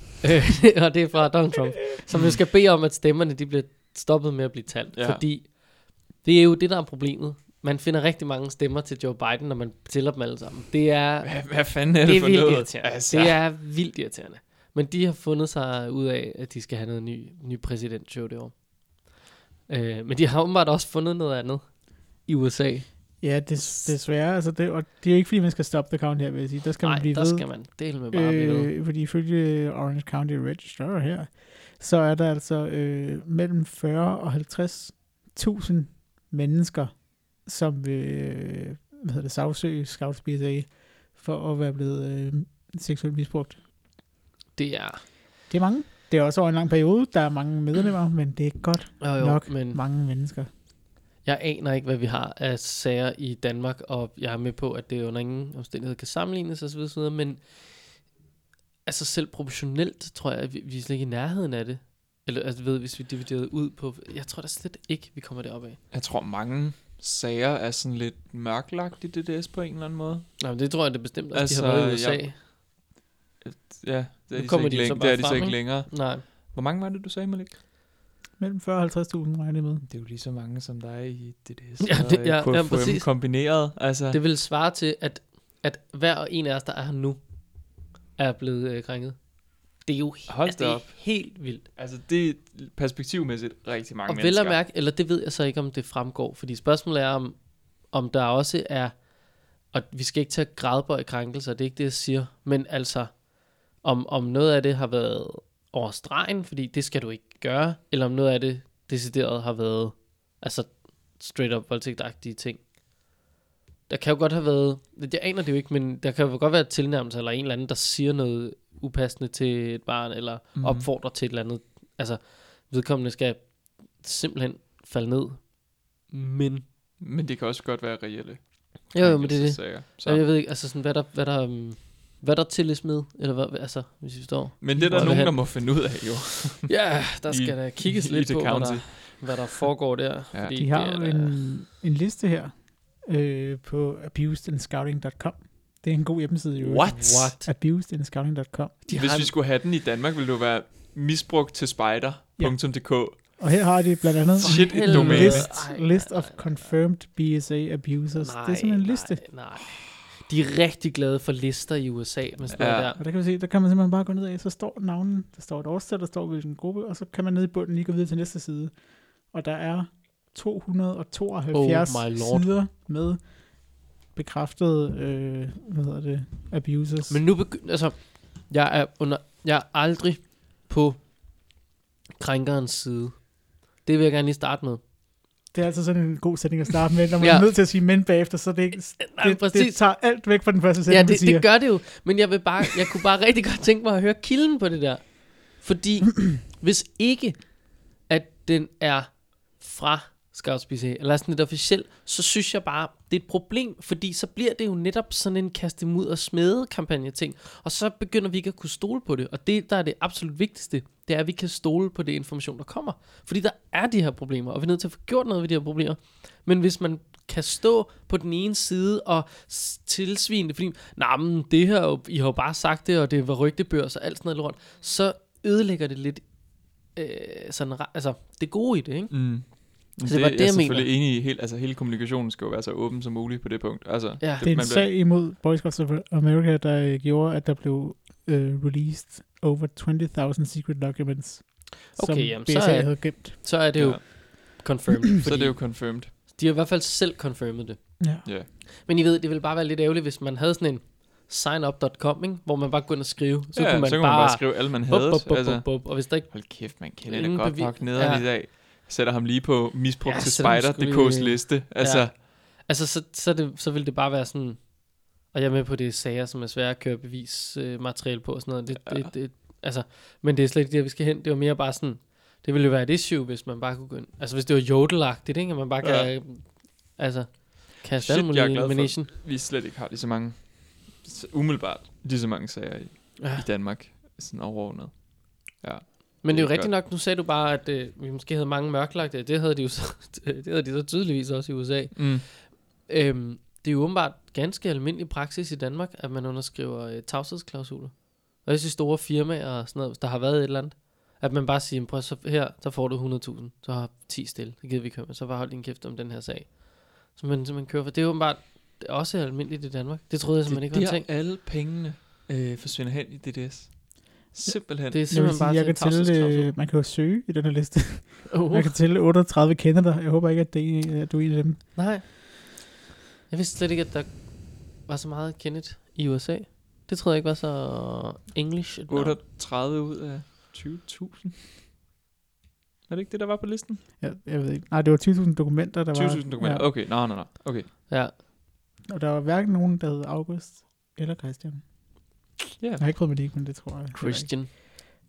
Øh, og det er fra Donald Trump, som jo skal bede om, at stemmerne de bliver stoppet med at blive talt. Ja. Ja. Fordi det er jo det, der er problemet. Man finder rigtig mange stemmer til Joe Biden, når man tæller dem alle sammen. Det er Hvad, hvad fanden er det, det er for vildt noget? irriterende. Altså. Det er vildt irriterende. Men de har fundet sig ud af, at de skal have noget ny, ny præsidentshow det år. Øh, men de har åbenbart også fundet noget andet i USA. Ja, des, desværre. Altså det, og det er jo ikke, fordi man skal stoppe the count her, vil jeg sige. Der skal Nej, man blive der ved. skal man dele med bare øh, blive ved. øh, fordi ifølge Orange County Register her, så er der altså øh, mellem 40 og 50.000 mennesker, som vil øh, hvad hedder det, sagsøge Scouts BSA for at være blevet øh, seksuelt misbrugt. Det er Det er mange. Det er også over en lang periode. Der er mange medlemmer, men det er godt jo, jo, Nok. men mange mennesker. jeg aner ikke, hvad vi har af sager i Danmark, og jeg er med på, at det under ingen omstændighed kan sammenlignes osv., osv. men altså selv proportionelt, tror jeg, at vi, vi er slet ikke i nærheden af det. Eller altså, ved, hvis vi dividerede ud på... Jeg tror da slet ikke, vi kommer derop af. Jeg tror, mange sager er sådan lidt mørklagt i DDS på en eller anden måde. Nej, men det tror jeg, det er bestemt også, altså, de Altså, har været i USA. jeg- Ja, det Nu er de så kommer ikke, de jo så læng- bare det er de så frem, ikke ikke? længere. Nej. Hvor mange var det, du sagde, Malik? Mellem 40 og 50.000 regner jeg med. Det er jo lige så mange, som der er i DDS Ja, og det- i ja, ja, KFUM præcis. kombineret. Altså, Det vil svare til, at, at hver og en af os, der er her nu, er blevet øh, krænket. Det er jo he- Hold altså, da det er op. helt vildt. altså, det er perspektivmæssigt rigtig mange og vel mennesker. at mærke, eller det ved jeg så ikke, om det fremgår. Fordi spørgsmålet er, om, om der også er... Og vi skal ikke tage gradbøj krænkelser, det er ikke det, jeg siger. Men altså, om, om noget af det har været over stregen, fordi det skal du ikke gøre, eller om noget af det decideret har været altså straight up voldtægtagtige ting. Der kan jo godt have været, jeg aner det jo ikke, men der kan jo godt være tilnærmelse eller en eller anden, der siger noget upassende til et barn, eller mm. Mhm. opfordrer til et eller andet. Altså, vedkommende skal simpelthen falde ned. Mm. Men Men det kan også godt være reelle. Jo, jo, men det er det. krænkelsesager. Så. Så. Jeg ved ikke, altså sådan, hvad der, hvad der, um, hvad der tilles med, eller hvad, altså, hvis I forstår. Men det er Hvor der er det nogen, hen? der må finde ud af, jo. Ja, der I- skal da kigges i lidt The på, hvad County. der, hvad der foregår der. Ja. fordi De har det er jo da- en, en liste her øh, på abusedandscouting.com. Det er en god hjemmeside. Jo. What? Altså, What? Abusedandscouting.com. De Hvis har vi en- skulle have den i Danmark, ville det jo være misbrugt til spider.dk. Mm. Og her har de blandt andet Shit, et helvede. domæne. list, Ej, nej, list nej, of nej, nej. confirmed BSA abusers. det er sådan en liste. Nej, nej. De er rigtig glade for lister i USA med sådan ja. Ja. noget der. Og der kan, vi se, der kan man simpelthen bare gå ned af, så står navnen, der står et årstal, der står hvilken gruppe, og så kan man nede i bunden lige gå videre til næste side. Og der er 272 Oh my lord. sider med bekræftede, øh, hvad hedder det, abusers. Men nu begynder, altså, jeg er, under, jeg er aldrig på krænkerens side. Det vil jeg gerne lige starte med. Det er altså sådan en god sætning at starte med. Når man Ja. er nødt til at sige men bagefter, så er det ikke... Nej, Det, det tager alt væk fra den første Ja, sætning, du det, siger. det gør det jo. Men jeg, vil bare, jeg kunne bare rigtig godt tænke mig at høre kilden på det der. Fordi hvis ikke, at den er fra Scouts BC, eller sådan lidt officiel, så synes jeg bare, det er et problem, fordi så bliver det jo netop sådan en kaste ud og smede kampagne ting, og så begynder vi ikke at kunne stole på det, og det, der er det absolut vigtigste, det er, at vi kan stole på det information, der kommer. Fordi der er de her problemer, og vi er nødt til at få gjort noget ved de her problemer. Men hvis man kan stå på den ene side og s- tilsvine det, fordi, nej, men det her, er jo- I har jo bare sagt det, og det var rygtebørs og alt sådan noget lort, så ødelægger det lidt øh, sådan, ra- altså, det gode i det, ikke? Mm. det Det, var det, Altså, det, jeg er jeg mener. selvfølgelig enig i. Helt, altså, hele kommunikationen skal jo være så åben som muligt på det punkt. Altså, Ja. det, Det er en man sag imod Boy Scouts of America, der øh, gjorde, at der blev øh, released over 20.000 secret documents, som Okay, jamen, så BSA er- havde gemt. Så er det jo Ja. confirmed. Fordi Så er det jo confirmed. De har i hvert fald selv confirmed det. Ja. Ja. Men I ved, det ville bare være lidt ærgerligt, hvis man havde sådan en signup.com, ikke? hvor man bare kunne ind og skrive. Så ja, kunne man så kan bare, man bare skrive alle, man havde. bup, bup, bup, Altså, bup, bup, og hvis der ikke... hold kæft, man kender det Ingen godt bevi- nok nederen Ja. i dag. Sætter ham lige på misbrug Ja, til sætter ham sgu spider.dk's lige- liste. Altså, Ja. Altså, så, så, det, så ville det bare være sådan... Og jeg er med på, det er sager, som er svære at køre bevismateriale øh, materiale på og sådan noget. Det, ja. det, det, altså, men det er slet ikke det, vi skal hen. Det var mere bare sådan... Det ville jo være et issue, hvis man bare kunne gå ind. Altså, hvis det var jodelagtigt, ikke? At man bare kan... Ja. Ja. Altså, kaste Shit, alle jeg er mulige glad for- elimination. vi slet ikke har lige så mange, så umiddelbart lige så mange sager i, Ja. i Danmark, sådan overordnet. Men det er jo Det er rigtigt nok, nu sagde du bare, at øh, vi måske havde mange mørklagte. Det havde de jo så, det havde de så tydeligvis også i USA. Mm. Øhm, det er jo åbenbart ganske almindelig praksis i Danmark, at man underskriver øh, tavshedsklausuler. Og i store firmaer og sådan noget, hvis der har været et eller andet, at man bare siger, "Men prøv, at så her, så får du 100.000, så har 10 stille, det gider vi ikke høre med, så bare hold din kæft om den her sag. Så man, så man kører for, det er åbenbart det er også almindeligt i Danmark. Det troede jeg Det simpelthen er ikke var en der, ting. alle pengene øh, forsvinder hen i DDS. Simpelthen. Det er Jeg vil simpelthen sige, jeg bare kan sådan en tælle, tavshedsklausul. øh, man kan jo søge i den her liste. Uh, Man kan tælle 38 kender dig. Jeg håber ikke, at, det er, en- at du er en af dem. Uh, Nej. Jeg vidste slet ikke, at der var så meget kendet i USA. Det troede jeg ikke var så english. et navn. 38 ud af 20.000. Er det ikke det, der var på listen? Jeg, jeg ved ikke. Nej, det var 20.000 dokumenter, der var. 20.000 dokumenter. Ja. Okay, nej, nej, nej. Okay. Ja. Og der var hverken nogen, der hed August eller Christian. Ja. Jeg har ikke prøvet med det, men det tror jeg. heller ikke. Christian.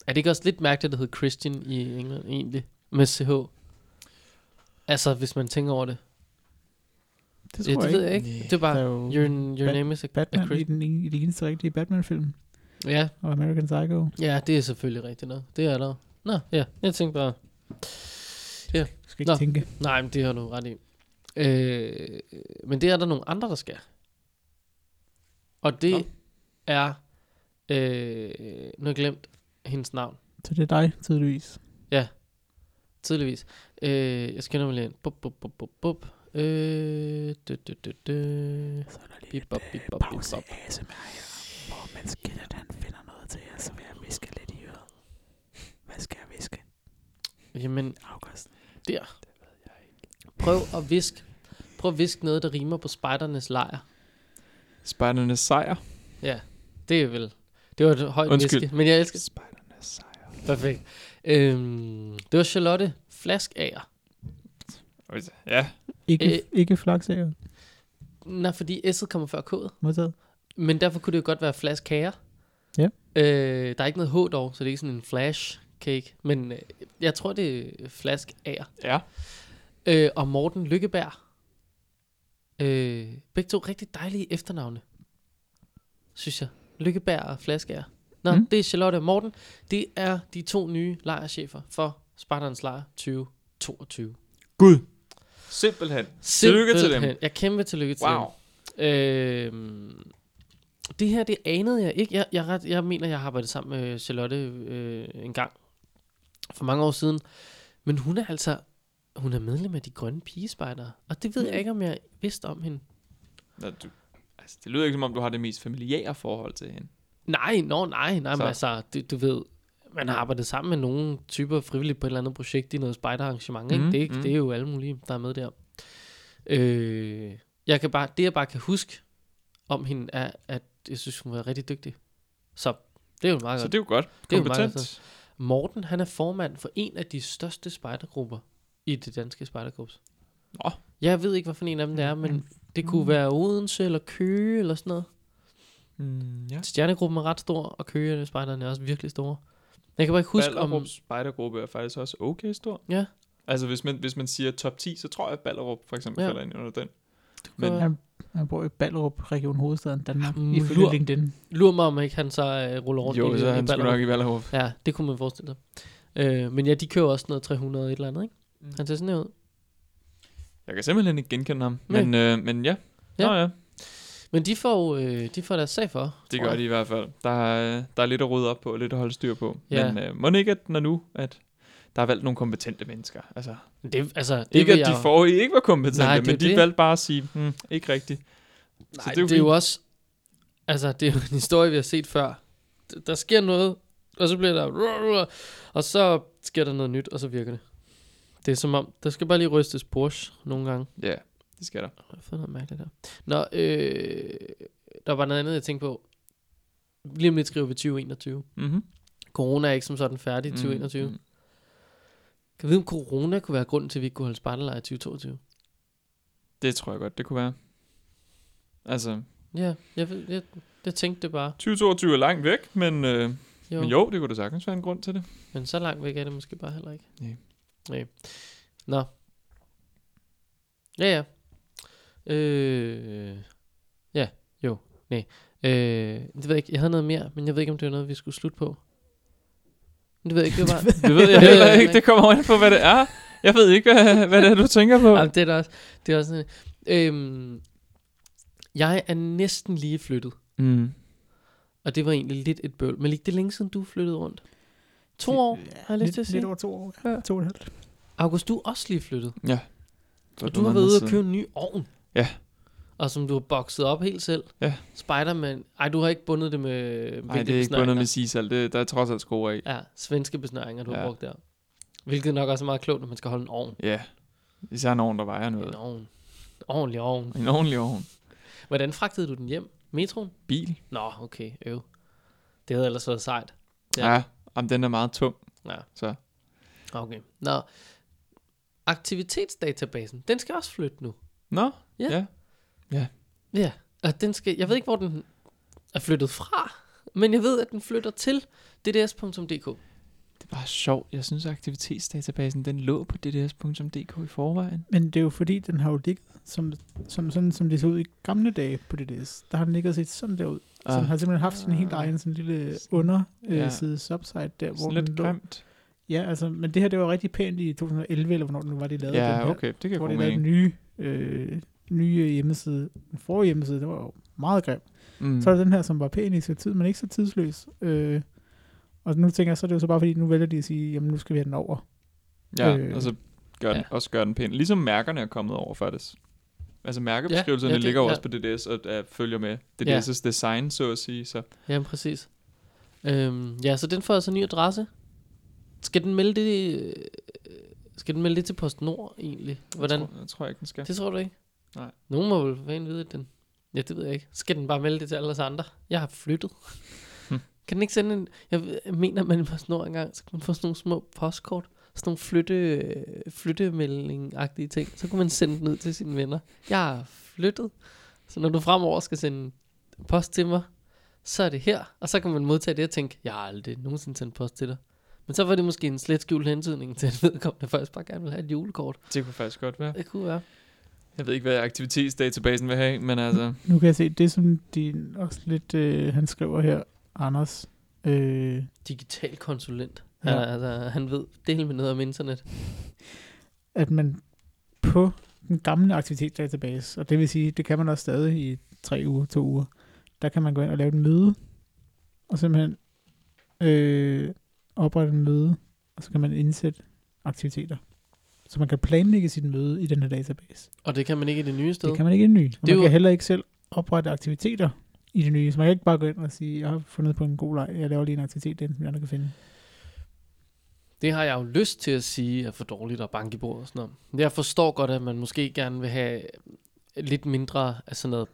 Er det ikke også lidt mærkeligt, at det hedder Christian i England egentlig? Med CH. Altså, hvis man tænker over det. Det ja, tror det jeg ved jeg ikke. ikke. Næh. Det er Der bare, er jo your, your Bat- name is a, a Batman i, Christian. den, en- i den eneste rigtige Batman-film. Ja, Og American Psycho. ja, det er selvfølgelig rigtigt nok. Det er der. Nå, ja, jeg tænkte bare, Du skal ikke Nå. tænke. nej, men det har du ret i. Øh, men det er der nogle andre, der skal. Og det Nå. er, øh, nu har jeg glemt hendes navn. Så det er dig, tydeligvis. Tydeligvis. Øh, jeg skal nemlig ind. Bup, bup, bup, bup, bup. Øh, dø, dø, dø, dø. Så er der lige Bip, bop, bip, bop, bip, pause bop. ASMR her, hvor mens Kenneth han finder noget til jer, så vil jeg viske lidt i øret. Hvad skal jeg viske, Jamen, August? prøv at visk. Prøv at visk noget, der rimer på spejdernes lejr. Spejdernes sejr. Ja, det er vel... Det var et højt Undskyld. viske, men jeg elsker Spejdernes sejr. Perfekt. Øhm, det var Charlotte Flaskager. Ja. Ikke, Øh. øh. ikke flaksager, Nej, fordi S'et kommer før K'et. modtaget. Men derfor kunne det jo godt være Flaskager. Ja. Øh, der er ikke noget H dog, så det er ikke sådan en flash cake. Men øh, jeg tror, det er flask ager. Ja. Øh, og Morten Lykkeberg. Øh, begge to rigtig dejlige efternavne. Synes jeg. Lykkeberg og Flaskager. Nå, Mm. mm. det er Charlotte og Morten. Det er de to nye lejrchefer for Spartans Lejr 2022. Gud. Simpelthen. Tillykke til dem. Simpelthen. Jeg kæmpe tillykke til Wow. dem. Øh, det her, det anede jeg ikke. Jeg, jeg, er ret, jeg mener, jeg har arbejdet sammen med Charlotte øh, en gang for mange år siden. Men hun er altså hun er medlem af de grønne pigespejdere. Og det ved jeg ikke, om jeg vidste om hende. Nå, du, altså, det lyder ikke, som om du har det mest familiære forhold til hende. Nej, nå, nej, nej, Så. men altså, det, du ved, man har arbejdet sammen med nogle typer frivilligt på et eller andet projekt i noget spejderarrangement, ikke? Mm, Mm, det, er ikke, mm. mm. det er jo alle mulige, der er med der. Øh, jeg kan bare, det jeg bare kan huske om hende, er, at jeg synes, hun var rigtig dygtig. Så det er jo meget Så godt. det er jo godt. Altså, Det er jo meget Kompetent. godt, Morten, han er formand for en af de største spejdergrupper i det danske spejderkorps. Nå. Jeg ved ikke, hvad for en af dem det er, men det kunne Mm. være Odense eller Køge eller sådan noget. mm, ja. Stjernegruppen er ret stor, og køgespejderne er også virkelig store. Jeg kan bare ikke huske om... Ballerups spejdergruppe er faktisk også okay stor. Ja. Altså, hvis man, hvis man siger top 10, så tror jeg, at Ballerup for eksempel ja. Ja. falder ind under den. Men Ja. Han, han bor i Ballerup, region hovedstaden Danmark, Mm, ifølge lur. LinkedIn. Lur mig, om ikke han så øh, ruller rundt jo, i, så er han i sgu Ballerup. nok i Ballerup. Ja, det kunne man forestille sig. Øh, men ja, de kører også noget 300 et eller andet, ikke? Mm. Han ser sådan her ud. Jeg kan simpelthen ikke genkende ham. Nej. Men, øh, men ja. ja. Ja. Nå ja, Men de får, øh, de får deres sag for. det tror gør jeg. de i hvert fald. Der er, der er lidt at rydde op på, og lidt at holde styr på. Ja. Men øh, må det ikke, at når nu, at der er valgt nogle kompetente mennesker. Altså, Men Det, altså, det ikke vil at jeg de jo- forrige ikke var kompetente, Nej, Nej, det er men jo de det. valgte bare at sige, hmm, ikke rigtigt. Nej, så det, er jo, det er fint. jo også... Altså, det er jo en historie, vi har set før. D- der sker noget, og så bliver der... Og så sker der noget nyt, og så virker det. Det er som om, der skal bare lige rystes Porsche nogle gange. Ja, det skal der. Hvad fanden er mærkeligt der? Nå, øh, der var noget andet, jeg tænkte på. Lige om lidt skriver vi 2021. Mm-hmm. Corona er ikke som sådan færdig i 2021. Mm, Mm. Kan vi vide, om corona kunne være grunden til, at vi ikke kunne holde spartelejr i 2022? Det tror jeg godt, det kunne være. Altså, Ja, jeg, ved, jeg, jeg tænkte det bare. 2022 er langt væk, men, øh, Jo. men jo, det kunne da sagtens være en grund til det. Men så langt væk er det måske bare heller ikke. Nej. Nej. Nå. Ja, ja. Øh, ja, jo. Nej. Øh, det ved jeg ikke. Jeg havde noget mere, men jeg ved ikke, om det var noget, vi skulle slutte på. Men det ved jeg ikke. Det var bare... Det ved jeg Det ved heller jeg ikke. Det kommer an på, hvad det er. Jeg ved ikke, hvad, hvad det er, du tænker på. Jamen, det er da også, det er også sådan, øhm, jeg er næsten lige flyttet, Mm. og det var egentlig lidt et bøvl. Men lige det er længe siden, du flyttede rundt. To år, har jeg lyst til at Lidt, lidt sige. over to år. Ja. To og et halvt. August, du er også lige flyttet. Ja. Og du har været ude og købe en ny ovn. Ja. Og som du har bokset op helt selv. Ja. Spiderman. Ej, du har ikke bundet det med Nej, det er ikke bundet med sisal. Det, der er trods alt skruer i. Ja, svenske besnøringer, du ja. Ja. har brugt der. Hvilket nok også er meget klogt, når man skal holde en ovn. Ja. Især en ovn, der vejer noget. En ovn. En ordentlig ovn. En ordentlig ovn. Hvordan fragtede du den hjem? Metroen? Bil. Nå, okay, øv. Det havde ellers været sejt. Ja. Ja. ja. Jamen, den er meget tung. Ja. Så. Okay. Nå. Aktivitetsdatabasen, den skal også flytte nu. Nå, Ja. ja. Ja. Og den skal, jeg ved ikke, hvor den er flyttet fra, men jeg ved, at den flytter til dds.dk. Det var sjovt. Jeg synes, aktivitetsdatabasen, den lå på dds.dk i forvejen. Men det er jo fordi, den har jo ligget, som, som, sådan, som det så ud i gamle dage på DDS. Der har den ligget og set sådan der ud. Så den Ah, har simpelthen haft sin helt Ah. egen sådan lille Sådan- ja. underside subsite der, hvor sådan den lidt lå. grimt. Ja, altså, men det her, det var rigtig pænt i 2011, eller hvornår den var, de lavede den Ja, her. okay. Det kan Hvor jeg de godt lavede den mening. nye, øh, nye hjemmeside. Den forrige hjemmeside, det var jo meget grim. Mm. Så er der den her, som var pæn i sin tid, men ikke så tidsløs. Øh, og nu tænker jeg, så er det jo så bare fordi, nu vælger de at sige, jamen nu skal vi have den over. Ja, øh, Øh, og så gør den, ja. ja. også gør den pæn. Ligesom mærkerne er kommet over faktisk. Altså mærkebeskrivelserne Ja, ja, ja, ja, det- ligger jo ja. også på DDS og er, følger med DDS' Ja. design, så at sige. Så Jamen, præcis. Øhm, ja, så den får altså ny adresse. Skal den melde det, øh, skal den melde det til PostNord egentlig? Hvordan? Jeg tror, jeg tror ikke, den skal. Det tror du ikke? Nej. Nogen må vel for fanden vide, at den... Ja, det ved jeg ikke. Skal den bare melde det til alle os andre? Jeg har flyttet. kan den ikke sende en... Jeg ved- jeg mener, man på snor engang, så kunne man få sådan nogle små postkort. Sådan nogle flytte, flyttemelding-agtige ting. Så kunne man sende den ud til sine venner. Jeg har flyttet. Så når du fremover skal sende post til mig, så er det her, og så kan man modtage det og tænke, jeg har aldrig nogensinde sendt post til dig. Men så var det måske en slet skjult hentydning til, at vedkommende faktisk bare gerne vil have et julekort. Det kunne faktisk godt være. Det kunne være. Jeg ved ikke, hvad aktivitetsdatabasen vil have, men altså... Nu kan jeg se, det som din også lidt, øh, han skriver her, Anders. Øh, Digital konsulent. Ja. Ja. Han, er- altså, han ved del med noget om internet. at man på den gamle aktivitetsdatabase, og det vil sige, det kan man også stadig i tre uger, to uger, der kan man gå ind og lave et møde, og simpelthen øh, oprette et møde, og så kan man indsætte aktiviteter. Så man kan planlægge sit møde i den her database. Og det kan man ikke i det nye sted. Det kan man ikke i den nye. Og Det er man jo- kan heller ikke selv oprette aktiviteter i det nye. Så man kan ikke bare gå ind og sige, jeg har fundet på en god leg, jeg laver lige en aktivitet, den som jeg andre kan finde. Det har jeg jo lyst til at sige er for dårligt at banke i bordet og sådan noget. Men Jeg forstår godt, at man måske gerne vil have lidt mindre af sådan noget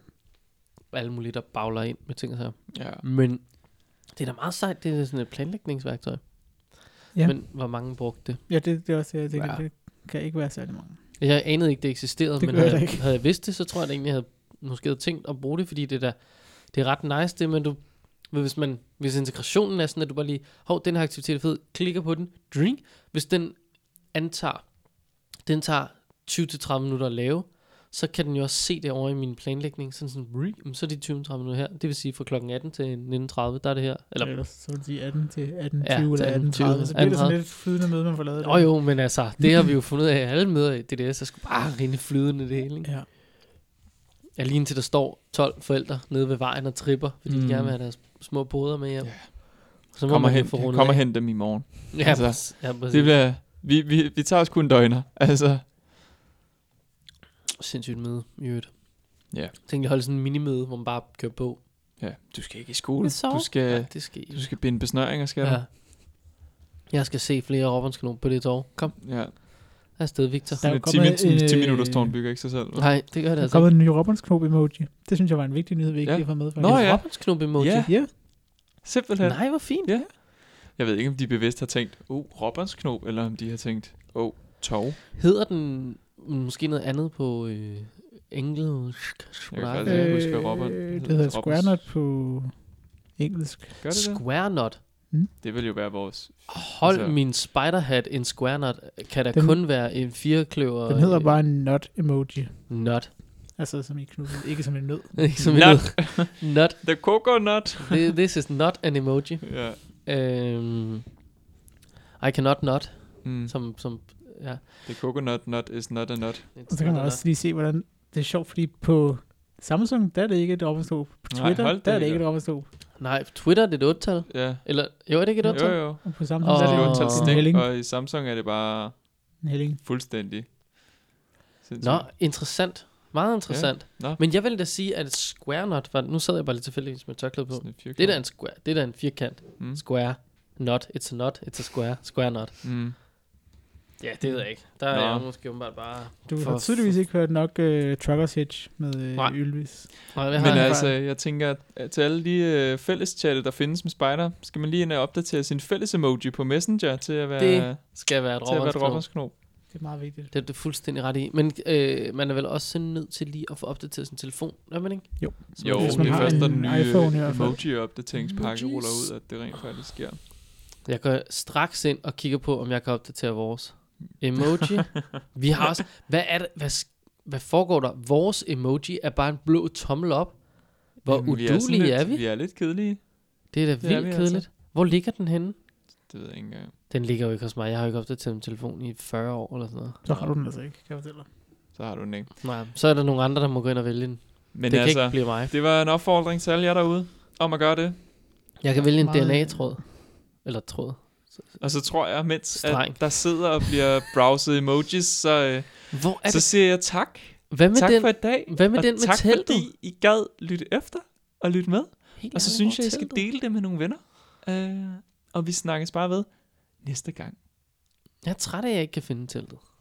alle mulige, der bagler ind med ting og sager. Ja. Men det er da meget sejt, det er sådan et planlægningsværktøj. Ja. Men hvor mange brugte det? Ja, det, det er også det, jeg tænker. Ja. Ja. Det kan ikke være særlig mange. Jeg anede ikke, det eksisterede, Det det men gør jeg havde, da ikke. havde jeg vidst det, så tror jeg da egentlig, jeg havde måske havde tænkt at bruge det, fordi det, der, det er ret nice, det, men du, men hvis, man, hvis integrationen er sådan, at du bare lige, hov, den her aktivitet er fed, klikker på den, drink, hvis den antager, den tager 20-30 minutter at lave, så kan den jo også se det over i min planlægning, sådan sådan, "Ri, jamen, så er de 20-30 minutter her, det vil sige fra klokken 18 til 19.30, der er det her, Eller, eller, Ellers, så vil sige 18 til 18, Ja, 20 til eller 18, 18.30. 30. Så bliver det sådan lidt flydende møde, man får lavet. Nå jo, men altså, det har vi jo fundet ud af i alle møder i DDS, så skulle bare rinde flydende det hele, ikke? Ja. Jeg lige indtil der står 12 forældre nede ved vejen og tripper, fordi mm. Mm. de gerne vil have deres små poder med hjem. Ja. Yeah. Så må Kommer man jo hen, få rundet kommer af. hen dem i morgen. Ja, altså, altså, ja, præcis. Det bliver... Vi, vi, vi tager os kun døgner. Altså, sindssygt møde i øvrigt. Ja. Tænk, jeg holder sådan en minimøde, hvor man bare kører på. ja, du skal ikke i skole. Jeg sover. Du skal, det skal I. du skal binde besnøringer, skal du? Ja. Jeg skal se flere Robinskanon på det tog. Kom, Ja. afsted, Victor. Der er Sådan et jo 10, kommet en, min- 10 øh, minutters tårn bygger ikke sig selv. vel? Nej, det gør det Der er altså kommet ikke. en ny Robinsknob-emoji. Det synes jeg var en vigtig nyhed, vi ikke Ja. ja. lige har fået med. Nå En ja. Robinsknop emoji. Ja. ja. Simpelthen. Nej, hvor fint. Ja. Jeg ved ikke, om de bevidst har tænkt, oh, robbersknob, eller om de har tænkt, oh, tov. Hedder den måske noget andet på øh, engelsk? Jeg kan Square- faktisk ikke huske, hvad Robert Øh, det hedder Squarenut på engelsk. Gør det det? Square Nut. Det vil jo være vores... Hold Altså- altså, min spiderhat en square nut kan da Den- kun være en firekløver Den hedder øh, bare en nut-emoji. nut. Altså som i knudet, ikke som en nød. Ikke som Nut. nut. nut. The coconut! Thi- This is not an emoji. Ja. Um, I cannot not. Mm. Som, som, ja. The coconut nut is not a nut. It's Og så kan not man a også lige se, hvordan det er sjovt, fordi på Samsung, der er det ikke et Robinsknob. På Nej, Twitter, hold da der er det helt ikke et Robinsknob. nut. Nej, på Twitter det er et 8-tal. Ja. Eller, jo, er det ikke et 8 Jo, jo. Og på Samsung, der Det er er jo Åh. en tal det en stik, helling. og i Samsung er det bare En helling. fuldstændig. sindssygt. Nå, interessant. Meget interessant. Ja, nå. Men jeg vil da sige, at et square nut var... Nu sad jeg bare lidt tilfældigvis med tørklæde på. Sådan et firkant. Det er da en square. Det er da en firkant. Mm. Square. Not. It's a not. It's a square. Square nut. Mm. Ja, det ved jeg ikke. Der Nå. er jeg måske åbenbart bare... Du For- har tydeligvis ikke hørt nok uh, Truckers Hitch med Nej. uh, Ylvis. Nej, det har Men jeg. altså, jeg tænker, at til alle de øh, fælles chatte, der findes med spider, skal man lige ind og opdatere sin fælles emoji på Messenger til at være, Det skal være et til at øh, være et robotsknob. robbersknob. Det er meget vigtigt. Det er du fuldstændig ret i. Men øh, man er vel også nødt til lige at få opdateret sin telefon, er man ikke? Jo. Så Jo, man- hvis det man er har først, når den en nye iPhone i hvert fald. emoji-opdateringspakke Emojis. ruller ud, at det rent faktisk sker. Jeg går straks ind og kigger på, om jeg kan opdatere vores emoji. Vi har også... Hvad er det? Hvad, sk- hvad foregår der? Vores emoji er bare en blå tommel op. Hvor Jamen, vi sådan udulige lidt, er, vi? Vi er lidt kedelige. Det er da Det er vildt vi er altså. kedeligt. Hvor ligger den henne? Det ved jeg ikke engang. Den ligger jo ikke hos mig. Jeg har jo ikke opdateret min telefon i 40 år eller sådan noget. Så har du den altså ikke, kan jeg fortælle dig. Så har du den ikke. Nej, så er der nogle andre, der må gå ind og vælge den. Men det altså, kan ikke blive mig. det var en opfordring til alle jer derude, om at gøre det. Jeg kan vælge en Meget- DNA-tråd. Eller tråd. Og så tror jeg, mens Streng. at der sidder og bliver browset emojis, så, øh, Hvor er så det? siger jeg tak. Hvad med tak den? for i dag. Hvad med og den med tak teltet? fordi I gad lytte efter og lytte med. Helt Og så ærligt, synes hvor jeg, I er skal teltet? dele det med nogle venner. Øh, og vi snakkes bare ved næste gang. Jeg er træt af, at jeg ikke kan finde teltet.